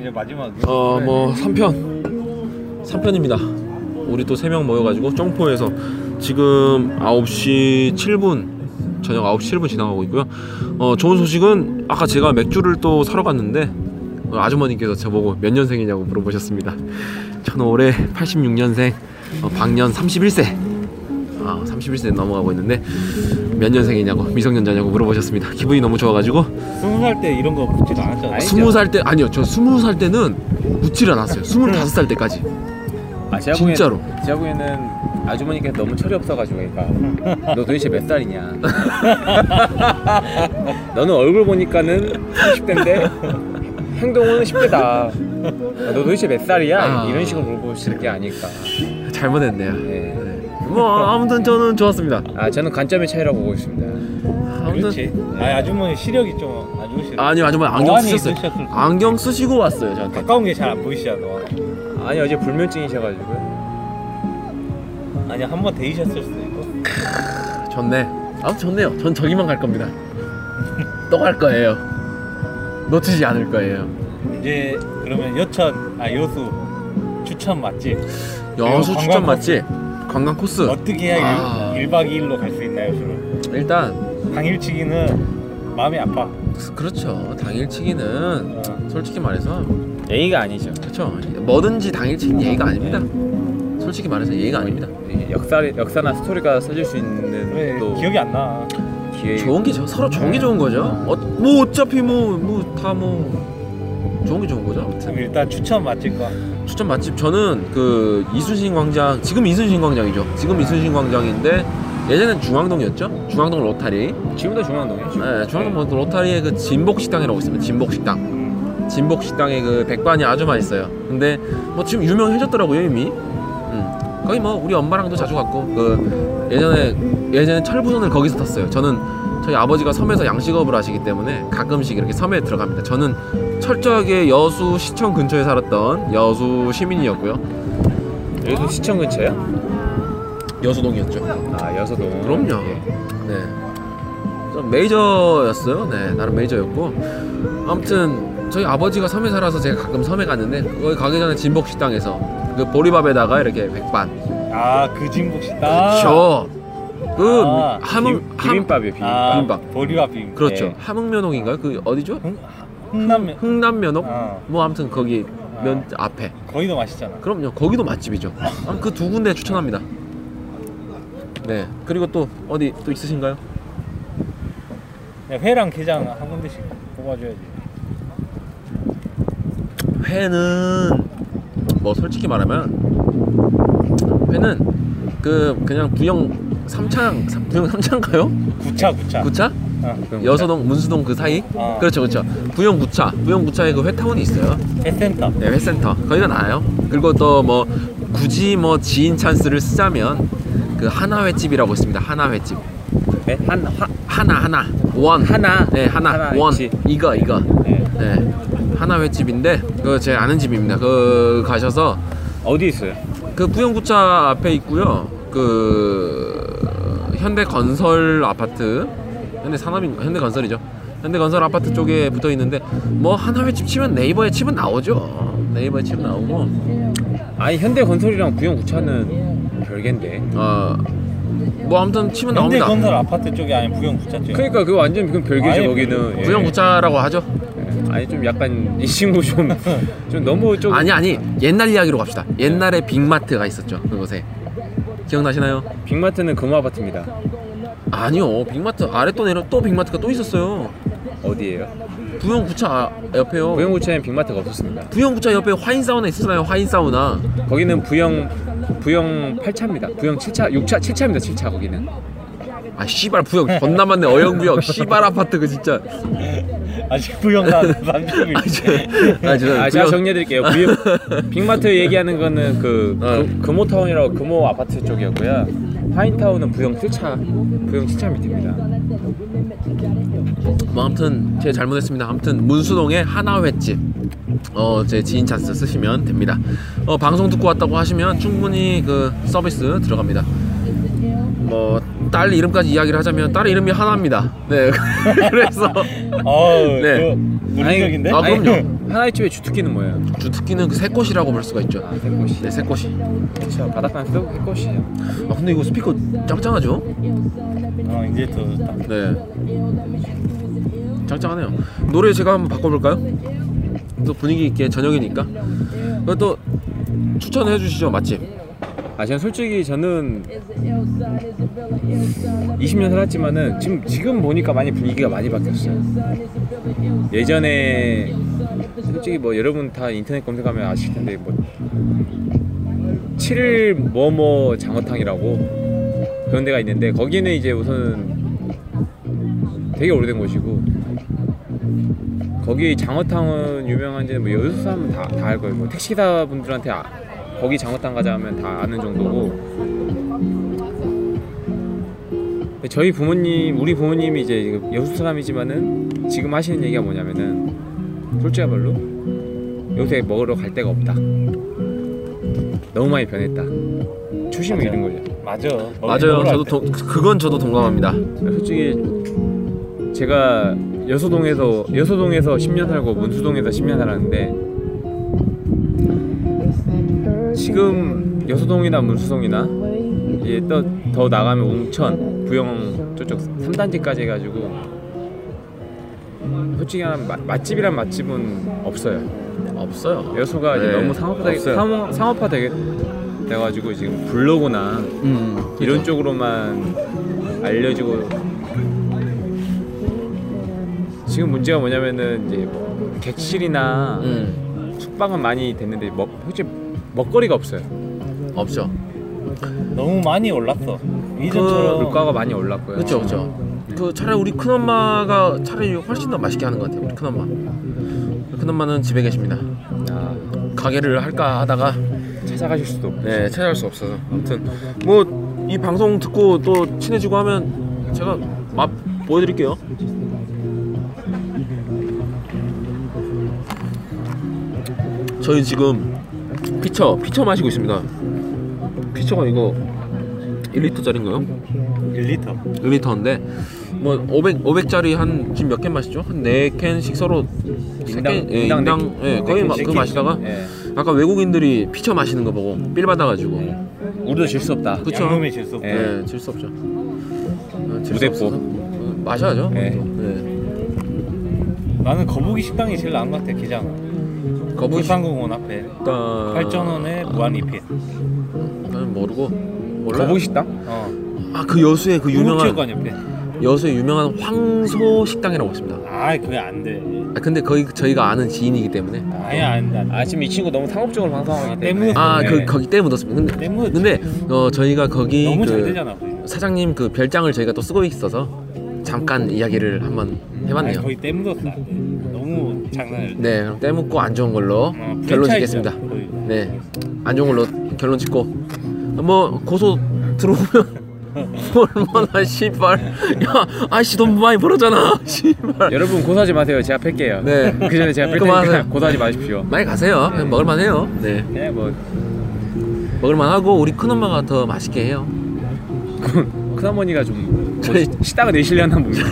이제 마지막 어 뭐 3편 3편입니다 우리 또 3명 모여가지고 쫑포에서 지금 9시 7분 저녁 9시 7분 지나가고 있고요 어 좋은 소식은 아까 제가 맥주를 또 사러 갔는데 어, 아주머니께서 저보고 몇 년생이냐고 물어보셨습니다 저는 올해 86년생 어, 방년 31세 아 31세 넘어가고 있는데 몇 년생이냐고 미성년자냐고 물어보셨습니다 기분이 너무 좋아가지고 스무 살 때 이런 거 묻지도 않았잖아요. 스무 살 때 아니요 저 스무 살 때는 묻질 않았어요 스물다섯 살 때까지 아, 제가 보기엔- 진짜로 제가 보기에는 아주머니께서 너무 철이 없어가지고 그러니까 너 도대체 몇 살이냐 너는 얼굴 보니까는 30대인데 행동은 10대다 아, 너 도대체 몇 살이야? 아. 이런 식으로 물어보시는 게 아닐까 잘못했네요 예. 네. 뭐 아무튼 저는 좋았습니다 아 저는 관점의 차이라고 보고 있습니다 아무튼 그렇지. 뭐 아 아주머니 시력이 좀 안 좋으시네. 아니요 아주머니 안경 노안이 쓰셨어요 있으셨을 거- 안경 쓰시고 왔어요 저한테 가까운 게 잘 안 보이시잖아. 아니 어제 불면증이셔가지고요 아니 한 번 데이셨을 수도 있고. 좋네 아무튼 좋네요 전 저기만 갈 겁니다 또 갈 거예요 놓치지 않을 거예요 이제 그러면 여천 아 여수 추천 맛집 여수 관광 추천 코스. 뭐? 맛집 관광 코스 어떻게 해야 아. 1박 2일로 갈 수 있나요, 저는? 일단 당일치기는 마음이 아파. 그렇죠 당일치기는 어. 솔직히 말해서 A가 아니죠 그렇죠 뭐든지 당일치기는 예의가 아닙니다 솔직히 말해서 예의가 아닙니다 이 역사, 역사나 스토리가 써질 수 있는 왜 또 기억이 안 나? 기회 좋은 게 저- 서로 좋은 게 좋은 거죠. 어, 뭐 어차피 뭐 뭐 다 뭐 좋은 게 좋은 거죠. 그럼 아무튼 일단 추천 맛집과 추천 맛집 저는 그 이순신 광장 지금 이순신 광장이죠. 지금 이순신 광장인데 예전엔 중앙동이었죠. 중앙동 로타리. 지금도 중앙동이에요 지금. 네, 중앙동 로타리에 그 진복 식당이라고 있습니다. 진복 식당. 진복 식당에 그 백반이 아주 맛있어요. 근데 뭐 지금 유명해졌더라고요 이미. 음, 거의 뭐 우리 엄마랑도 자주 갔고 그 예전에 예전에 철부선을 거기서 탔어요. 저는 저희 아버지가 섬에서 양식업을 하시기 때문에 가끔씩 이렇게 섬에 들어갑니다. 저는 철저하게 여수 시청 근처에 살았던 여수 시민이었고요. 여기서 시청 근처예요? 여수동이었죠. 아 여서동 그럼요. 예. 네. 좀 메이저였어요. 네, 나름 메이저였고 아무튼 저희 아버지가 섬에 살아서 제가 가끔 섬에 갔는데 거기 가기 전에 진복 식당에서 그 보리밥에다가 이렇게 백반 아그 진복 식당. 저. 그 아, 함흥 비- 함 비빔밥이에요 비빔밥 아, 비빔밥. 보리밥 비빔. 그렇죠. 예. 함흥면옥인가요? 그 어디죠? 네. 흥- 흥남면. 흥남면옥? 어. 뭐 아무튼 거기 면 앞에. 거의 더 맛있잖아. 그럼요. 거기도 맛집이죠. 그 두 군데 추천합니다. 네. 그리고 또 어디 또 있으신가요? 그냥 회랑 게장 한 군데씩 뽑아줘야지. 회는 뭐 솔직히 말하면 회는 그 그냥 구형 삼창 삼- 구형 삼창 가요? 구차 구차. 구차? 네. 그럼 여서동 문수동 그 사이? 아. 어. 그렇죠 그렇죠. 구형 구차. 구형 구차에 그 회타운이 있어요. 해센터. 네, 회센터 거기가 나아요. 그리고 또 뭐 굳이 뭐 지인 찬스를 쓰자면 그 하나 횟집이라고 있습니다. 하나 횟집. 네, 한 화, 하나 하나 원 하나. 네 하나, 하나 원 횟집. 이거 이거 네. 네 하나 횟집인데 그 제 아는 집입니다. 그 가셔서 어디 있어요? 그 부영구차 앞에 있고요. 그 현대 건설 아파트 현대 산업인 현대 건설이죠. 현대 건설 아파트 쪽에 붙어 있는데 뭐 하나 횟집 치면 네이버에 치면 나오죠. 네이버에 치면 나오고 아니 현대건설이랑 구형구차는 별개인데 어뭐 아무튼 치면 현대 나옵니다. 건설 아파트 쪽이 아닌 부경 구차 쪽. 그러니까 그거 완전 그건 별개지 아예 거기는 예. 부영구차라고 하죠. 예. 아니 좀 약간 이 친구 좀, 좀 너무 좀 아니 아니 옛날 이야기로 갑시다. 옛날에 빅마트가 있었죠 그곳에 기억나시나요? 빅마트는 금호아파트입니다 아니요 빅마트 아래 또 내려 또 빅마트가 또 있었어요. 어디예요? 부영구차 옆에요. 구형구차엔 빅마트가 없었습니다 부영구차 옆에 화인 사우나 있었나요? 화인 사우나. 거기는 부형 부형 8차입니다 부형 7차 6차 7차입니다 7차 거기는 아 씨발 부영 존나 많네 어영부영 씨발 아파트 그 진짜. 아직 부경 사 30일. 아, 저, 아, 저, 아 제가 부영- 정리해드릴게요 부형- 빅마트 얘기하는 거는 그 어. 금- 금호타운이라고 금호아파트 쪽이었고요 파인타운은 부형 7차 부형 7차 밑입니다 뭐 아무튼 제 잘못했습니다. 아무튼 문수동의 하나횟집 어 제 지인 찬스 쓰시면 됩니다. 어 방송 듣고 왔다고 하시면 충분히 그 서비스 들어갑니다. 뭐 딸 이름까지 이야기를 하자면 딸 이름이 하나입니다. 네 그래서 어우 네. 그 논리적인데. 아 그럼요. 하나의 집의 주특기는 뭐예요? 주특기는 그 새꽃이라고 볼 수가 있죠. 아, 새꽃이. 네, 새꽃이. 그쵸. 바닷가는 새꽃이죠 아 근데 이거 스피커 짱짱하죠? 어 이제 더 딱. 네. 짱짱하네요. 노래 제가 한번 바꿔볼까요? 또 분위기 있게 저녁이니까. 그또 추천해 주시죠 맛집. 아, 저는 솔직히 저는 Is it Hillside? Is it Villa Hillside? 20년 살았지만은 지금 지금 보니까 많이 분위기가 많이 바뀌었어요. 예전에 솔직히 뭐 여러분 다 인터넷 검색하면 아실 텐데 뭐 7일 뭐뭐 장어탕이라고 그런 데가 있는데 거기는 이제 우선 되게 오래된 곳이고 거기 장어탕은 유명한지 뭐 여수 사람은 다, 다 알 거예요. 뭐 택시기사 분들한테 아, 거기 장어탕 가자 하면 다 아는 정도고 근데 저희 부모님, 우리 부모님이 이제 여수 사람이지만은 지금 하시는 얘기가 뭐냐면은 솔직히 말로 요새 먹으러 갈 데가 없다. 너무 많이 변했다. 초심을 잃은 거죠. 맞아. 맞아요. 저도 동, 그건 저도 동감합니다. 솔직히 제가 여수동에서 여수동에서 10년 살고 문수동에서 10년 살았는데 지금 여수동이나 문수동이나 이제 또 더 나가면 웅천, 부영 저쪽 3단지까지 해가지고 솔직히 한 마- 맛집이란 맛집은 없어요. 없어요. 여수가 이제 네, 너무 상업화 없어요. 상업, 상업화 되게 돼가지고 지금 블로그나 음, 이런 쪽으로만 알려주고 지금 문제가 뭐냐면은 이제 뭐 객실이나 음 숙박은 많이 됐는데 먹 솔직히 먹거리가 없어요. 없죠. 너무 많이 올랐어. 그 이전처럼 물가가 많이 올랐고요. 그렇죠, 그렇죠. 그 차라리 우리 큰 엄마가 차라리 훨씬 더 맛있게 하는 것 같아요. 우리 큰 엄마. 큰 엄마는 집에 계십니다. 아, 가게를 할까 하다가 찾아가실 수도 없고. 네 찾아갈 수 없어서 아무튼 뭐 이 방송 듣고 또 친해지고 하면 제가 맛 보여드릴게요. 저희 지금 피처 피처 마시고 있습니다. 피처가 이거 1리터짜리인가요? 1리터. 1리터인데 뭐 500 500짜리 한 지금 몇 캔 마시죠? 한 네 캔씩 서로 세 캔, 예, 인당 인당 네 예, 캔, 거의 마, 네 그 캔. 마시다가 예. 아까 외국인들이 피처 마시는 거 보고 삘 받아가지고 우리도 질 수 없다. 그쵸. 양놈의 질서. 네. 예. 예, 질 수 없죠. 어, 음. 질수 무대뽀. 없어서. 어, 마셔야죠. 네. 예. 예. 나는 거북이 식당이 제일 나은 것 같아. 게장. 거북이 아. 울산공원 앞에. 식당 8,000원에 무한 리필. 나는 모르고 몰라요. 거북이 식당? 어. 아그 여수의 그 유명한 체육관 옆에. 여수의 유명한 황소 식당이라고 있습니다. 아 그게 안 돼. 아, 근데 거의 저희가 아는 지인이기 때문에 아예 안 돼. 안 돼. 아 지금 이 친구 너무 상업적으로 방송하기 때문에. 때문에. 아 그 네. 거기 때 묻었습니다. 근데 때문에 근데 어, 저희가 거기 너무 그 잘 되잖아. 거기. 사장님 그 별장을 저희가 또 쓰고 있어서 잠깐 이야기를 한번 해봤네요. 아니, 거의 때묻었어. 안 돼. 너무 장난을. 네, 그럼 떼묻고 안 좋은 걸로 어, 결론 프랜차이즈야, 짓겠습니다. 거의. 네, 안 좋은 걸로 결론 짓고 뭐 고소 들어오면 얼마나 씨발 야 아씨 돈 많이 벌었잖아 씨발 여러분 고소하지 마세요. 제가 팰게요. 네. 그 전에 제가 팰 그만하세요. 테니까 고소하지 마십시오. 많이 가세요. 그냥 먹을만해요. 네, 네, 뭐 먹을만하고 우리 큰 엄마가 더 맛있게 해요. 큰어머니가 좀 저희- 뭐 시다가 내시려나 봅니다.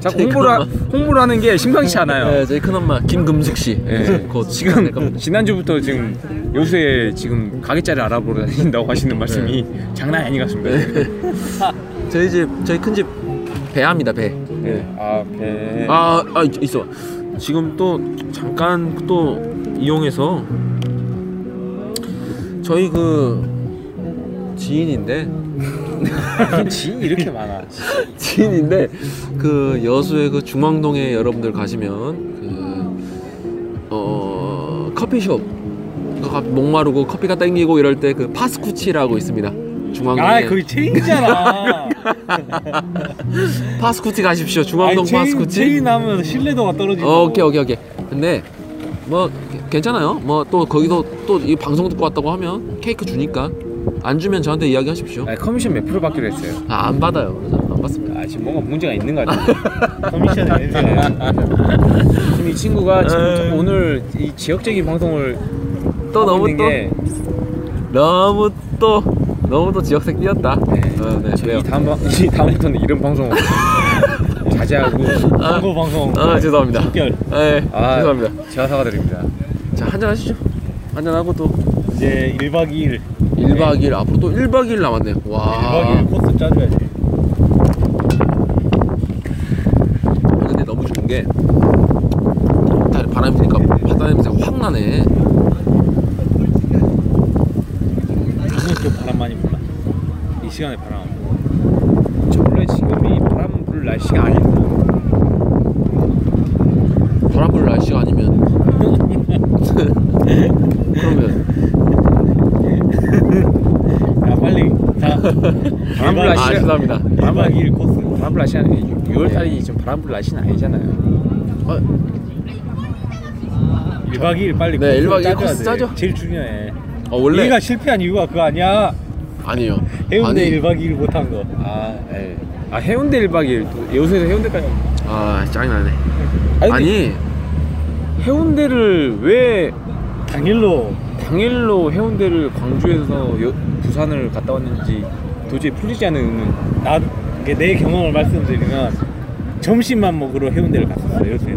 자꾸 저희 홍보를, 하, 큰엄마. 홍보를 하는 게 심상치 않아요. 네, 저희 큰 엄마 김금식 씨. 네. 곧 될 지금 겁니다. 지난주부터 지금 요새 지금 가게자리 알아보러 다닌다고 하시는 말씀이 네. 장난 아니 같습니다. 저희 집 저희 큰 집 배합니다 배. 네. 아, 배. 아, 아 있- 있어. 지금 또 잠깐 또 이용해서 저희 그 지인인데 지인이 이렇게 많아. 지인인데 그 여수의 그 중앙동에 여러분들 가시면 그어 커피숍 그 가- 목마르고 커피가 땡기고 이럴 때 그 파스쿠치라고 있습니다. 중앙동에 아 거기 체인이잖아. 파스쿠치 가십시오. 중앙동 파스쿠치. 체인 하면 신뢰도가 떨어지고. 어, 오케이 오케이 오케이 근데 뭐 괜찮아요 뭐 또 거기서 또 이 방송 듣고 왔다고 하면 케이크 주니까 안 주면 저한테 이야기하십시오 아, 커미션 몇 프로 받기로 했어요? 아, 안 받아요 그래서 안 받습니다 아, 지금 뭔가 문제가 있는 것 같아요. 네. 커미션 냄새나. 지금 이 친구가 지금 에이. 자꾸 오늘 이 지역적인 방송을 또 하고 너무 또 있는 게 너무 또 너무 또 지역색 뛰었다 어, 네, 저희 그래요. 이 다음 방- 이 다음부터는 이런 방송 자제하고 광고 방송 아 죄송합니다. 특별 예, 아, 죄송합니다. 제가 사과드립니다. 자 한잔 하시죠. 한잔 하고 또 이제 1박 2일 1박 2일 앞으로 또 1박 2일 남았네요. 1박 와. 2일 코스 짜줘야지 아, 근데 너무 좋은 게 달- 바람이 부니까 바다 냄새가 확 나네. 요즘 좀 바람 많이 불나 이 시간에 바람 안 불어 저 원래 지금이 바람 불 날씨가 아닌데 바람 불 날씨가 아니면 그러면 야 빨리 자 바람 불 아 날씨가- 죄송합니다. 1박 2일 코스 바람 불 날씨 아니 네. 6월 달이 좀 바람 불 날씨는 아니잖아요. 아, 1박 2일 빨리 네, 코스를 일박 이일 짜줘야 코스 돼. 짜죠. 제일 중요해 어, 원래 우리가 실패한 이유가 그거 아니야 아니에요. 해운대 아니, 1박 2일 못한 거 아, 예. 아 해운대 1박 2일 또 여수에서 해운대까지. 아 짜증나네. 아니, 아니 아니 해운대를 왜 당일로 당일로 해운대를 광주에서 여, 부산을 갔다 왔는지 도저히 풀리지 않는 의문. 나, 이게 내 경험을 말씀드리면 점심만 먹으러 해운대를 갔었어요 요새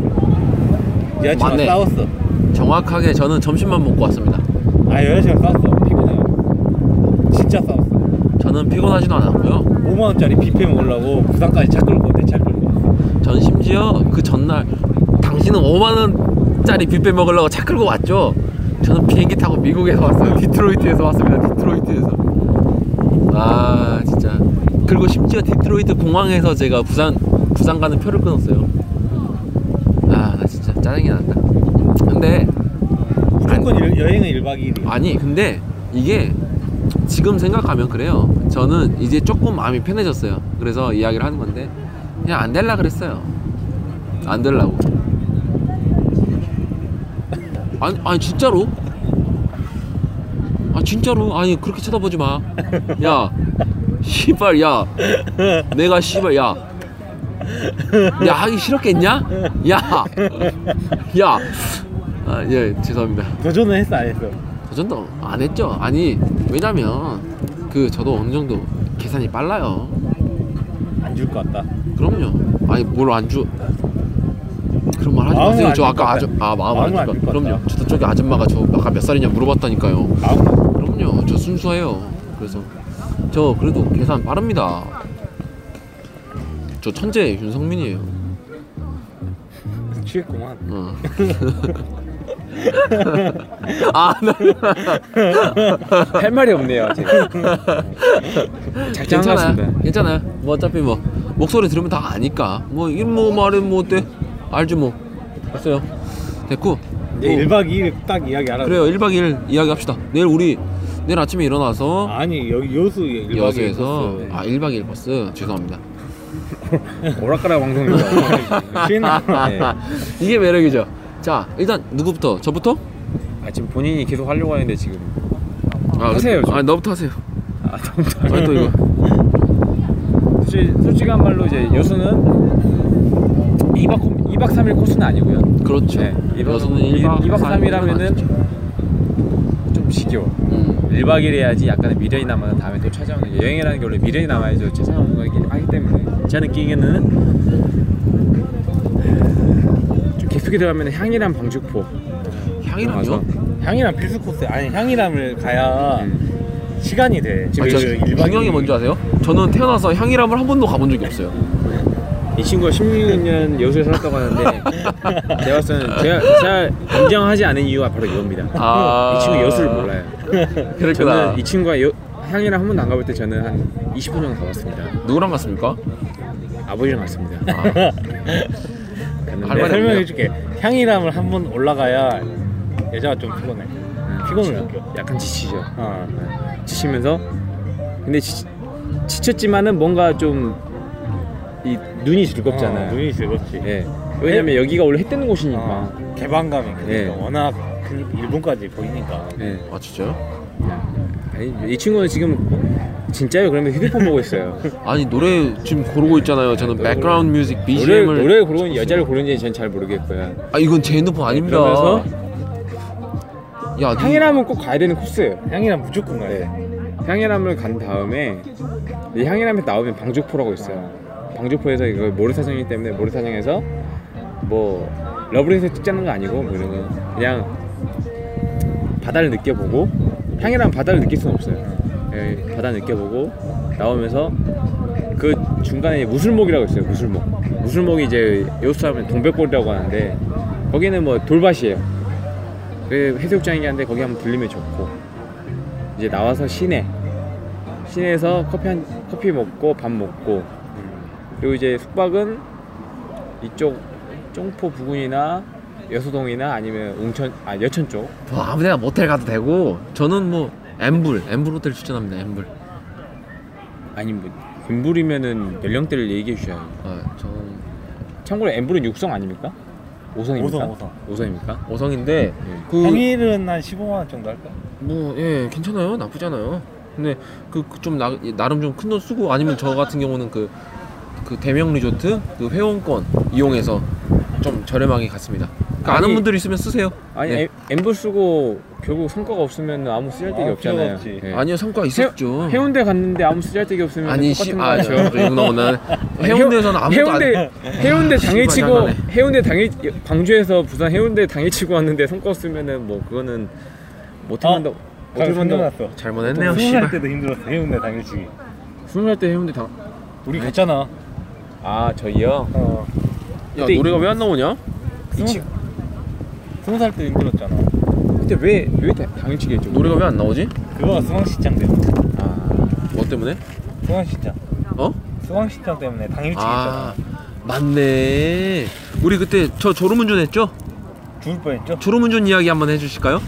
여자친구랑 맞네. 싸웠어 정확하게 저는 점심만 먹고 왔습니다. 아 여자친구랑 싸웠어 피곤해요 진짜 싸웠어 저는 피곤하지도 않았고요. 5만원짜리 뷔페 먹으려고 부산까지 차 끌고 내차 끌고 왔어 전 심지어 그 전날 당신은 5만 원짜리 뷔페 먹으려고 차 끌고 왔죠. 저는 비행기 타고 미국에서 왔어요. 디트로이트에서 왔습니다. 디트로이트에서. 아 진짜. 그리고 심지어 디트로이트 공항에서 제가 부산 부산 가는 표를 끊었어요. 아 나 진짜 짜증이 난다. 근데 무조건 여- 여행은 1박 2일이야 아니 근데 이게 지금 생각하면 그래요. 저는 이제 조금 마음이 편해졌어요. 그래서 이야기를 하는 건데 그냥 안 될라 그랬어요. 안 될라고. 아니 아니 진짜로? 아 진짜로? 아니 그렇게 쳐다보지 마. 야 씨발 야 내가 씨발 야. 야 하기 싫었겠냐? 야, 야, 아, 예 죄송합니다. 도전은 했어 안 했어 도전도 안 했죠. 아니 왜냐면 그 저도 어느 정도 계산이 빨라요. 안 줄 것 같다 그럼요. 아니 뭘 안 주? 그런 말 하지 마음은 마세요. 안 저 줄 아까 것 아줌 아 마음을 마음은 안 안줄 줄까? 것 같다. 그럼요. 저도 저기 아줌마가 저 아까 몇 살이냐 물어봤다니까요. 마음 그럼요. 저 순수해요. 그래서 저 그래도 계산 빠릅니다. 저 천재 윤성민이에요. 취했구만 어. 아, 나 할 말이 없네요. 제가. 괜찮아요. 작정하셨습니다. 괜찮아요. 뭐 어차피 뭐 목소리 들으면 다 아니까. 뭐 이모 말은 뭐 어때? 알지 뭐. 됐어요. 됐고. 이제 뭐 1박 2일 딱 이야기 알아 그래요. 1박 2일 이야기합시다. 내일 우리 내일 아침에 일어나서 아니 여기 여수 1박 2일 여수에서 코스 아 1박 2일 버스. 죄송합니다. 오락가락 방송입니다. 취했나? 네. 이게 매력이죠. 자, 일단 누구부터? 저부터? 아 지금 본인이 계속 하려고 하는데 지금 아, 하세요, 좀. 아, 너부터 하세요. 아 너무 잘- 아니 또 이거. 솔직히, 솔직한 말로 이제 여수는 2박 2박 3일 코스는 아니고요. 그렇죠. 네. 이박- 여수는 이- 1박, 이박 삼일 하면은 아니죠. 좀 지겨워. 음. 1박 2일 해야지 약간의 미련이 남아서 다음에 또 찾아오는 게 여행이라는 게 원래 미련이 남아야죠 찾아오는 거기 때문에 제 느끼기에는 좀 깊숙이 들어가면 향이란 방죽포 향이랑요? 향이랑 필수 코스 아니 향이랑을 가야 음. 시간이 돼 아, 지금 저 그 1박 2일 중형이 뭔지 아세요? 저는 태어나서 향이람을 한 번도 가본 적이 없어요. 이 친구가 16년 여수에 살았다고 하는데 제가 봤을 때는 제가, 제가 인정하지 않은 이유가 바로 이겁니다 아. 이 친구 여수를 몰라요 그랬구나. 저는 이 친구가 여, 향이랑 한 번도 안 가볼 때 저는 한 20분 정도 가봤습니다 누구랑 갔습니까? 아버지랑 갔습니다 아, 갔는데 할 말이 내가 없네요. 설명해 줄게. 향이람을 한 번 올라가야 여자가 좀 피곤해. 피곤을 느껴. 약간 지치죠 아. 네. 어. 지치면서 근데 지, 지쳤지만은 뭔가 좀 이 눈이 어, 즐겁잖아요. 눈이 즐겁지. 예. 네. 왜냐면 여기가 원래 해 뜨는 곳이니까. 아. 어, 개방감이 그러니까 예. 워낙 그 일본까지 보이니까. 예. 아 진짜요? 아니, 이 친구는 지금 진짜요? 그러면 휴대폰 보고 있어요. 아니 노래 지금 고르고 있잖아요. 저는 백그라운드 뮤직 노래 BGM을 노래 고르는 여자를 고르는지 전 잘 모르겠고요. 아 이건 제 핸드폰 아닙니다. 그러면서 야, 니- 향이라면 꼭 가야 되는 코스예요. 네. 향이람 무조건 가야 돼. 향이람을 간 다음에 이 향이람에 나오면 방죽포라고 있어요. 광주포에서 이거 모래사장이기 때문에 모래사장에서 뭐 러브레이서 찍자는 거 아니고 뭐 이런 거 그냥 바다를 느껴보고 향이랑 바다를 느낄 수는 없어요. 예, 바다 느껴보고 나오면서 그 중간에 무술목이라고 있어요. 무술목. 무술목이 이제 요수하면 동백골이라고 하는데 거기는 뭐 돌밭이에요. 그 해수욕장이긴 한데 거기 한번 들리면 좋고 이제 나와서 시내 시내에서 커피 한 커피 먹고 밥 먹고 그리고 이제 숙박은 이쪽 쫑포 부근이나 여수동이나 아니면 웅천 아 여천 쪽 뭐 아무데나 모텔 가도 되고 저는 뭐 엠블 엠블 호텔 추천합니다 엠블 아니 뭐 엠불이면은 연령대를 얘기해 주셔야 죠 아, 저 참고로 엠불은 육성 아닙니까? 오성입니까? 오성, 오성. 입니까 오성인데 그 평일은 한 15만 원 정도 할까? 그 네. 뭐 예 괜찮아요 나쁘지 않아요 근데 그 좀 나름 좀 큰 돈 쓰고 아니면 저 같은 경우는 그 그 대명 리조트 그 회원권 이용해서 좀 저렴하게 갔습니다 그러니까 아는 아니- 분들 있으면 쓰세요 아니 네. 엠- 엠불 쓰고 결국 성과가 없으면 아무 쓰잘데기 아, 없잖아요. 필요가 없지. 예. 아니요 성과 있었죠 해운대 갔는데 아무 쓰잘데기 없으면 아니 똑같은 씨, 거 아, 아니죠? 저, 저 욕 나오나 해운대에서는 아무도 해운대 안 해운대 씨발, 당일치고 장난해. 해운대 당일 광주에서 부산 해운대 당일치고 왔는데 성과 없으면은 뭐 그거는 뭐 못 아, 해본다 못 해본다 생각났어. 잘못했네요 스무 살 씨발 때도 힘들었어 해운대 당일치기. 스무 살때 해운대 당 우리 갔잖아. 아 저희요 어. 야 노래가 왜 안 나오냐 스무- 스무 살 때 힘들었잖아. 그때 왜왜 당일치기 했죠 노래가 왜 안 나오지 그거 수강시장 때문에. 아, 뭐 때문에 수강시장. 어 수강시장 때문에 당일치기 아 맞네 우리 그때 저 졸음운전 했죠? 했잖아. 죽을 뻔했죠? 졸음운전 이야기 한번 해주실까요?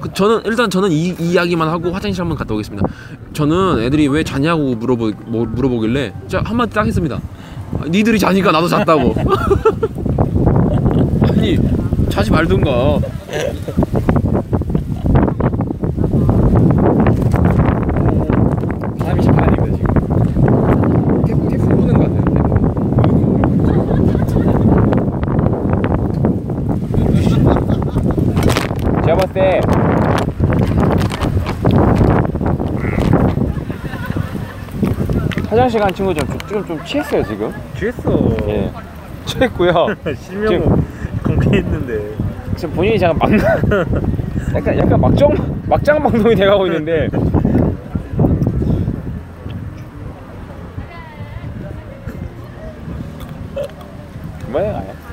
그 저는 일단 저는 이, 이 이야기만 하고 화장실 한번 갔다 오겠습니다 저는 애들이 왜 자냐고 물어보, 뭐- 물어보길래 자 한마디 딱 했습니다 아, 니들이 자니까 나도 잤다고 아니 자지 말든가 바람이 장난 아닙니다 지금 태풍 태풍 부는 것 같은데 제가 봤을 때 화장실 간 친구 좀좀 좀, 좀 취했어요 지금 취했어. 예 취했고요 실명 공개했는데. 지금 본인이 제가 막 약간 약간 막정 막장 방송이 돼가고 있는데 그만해 가요.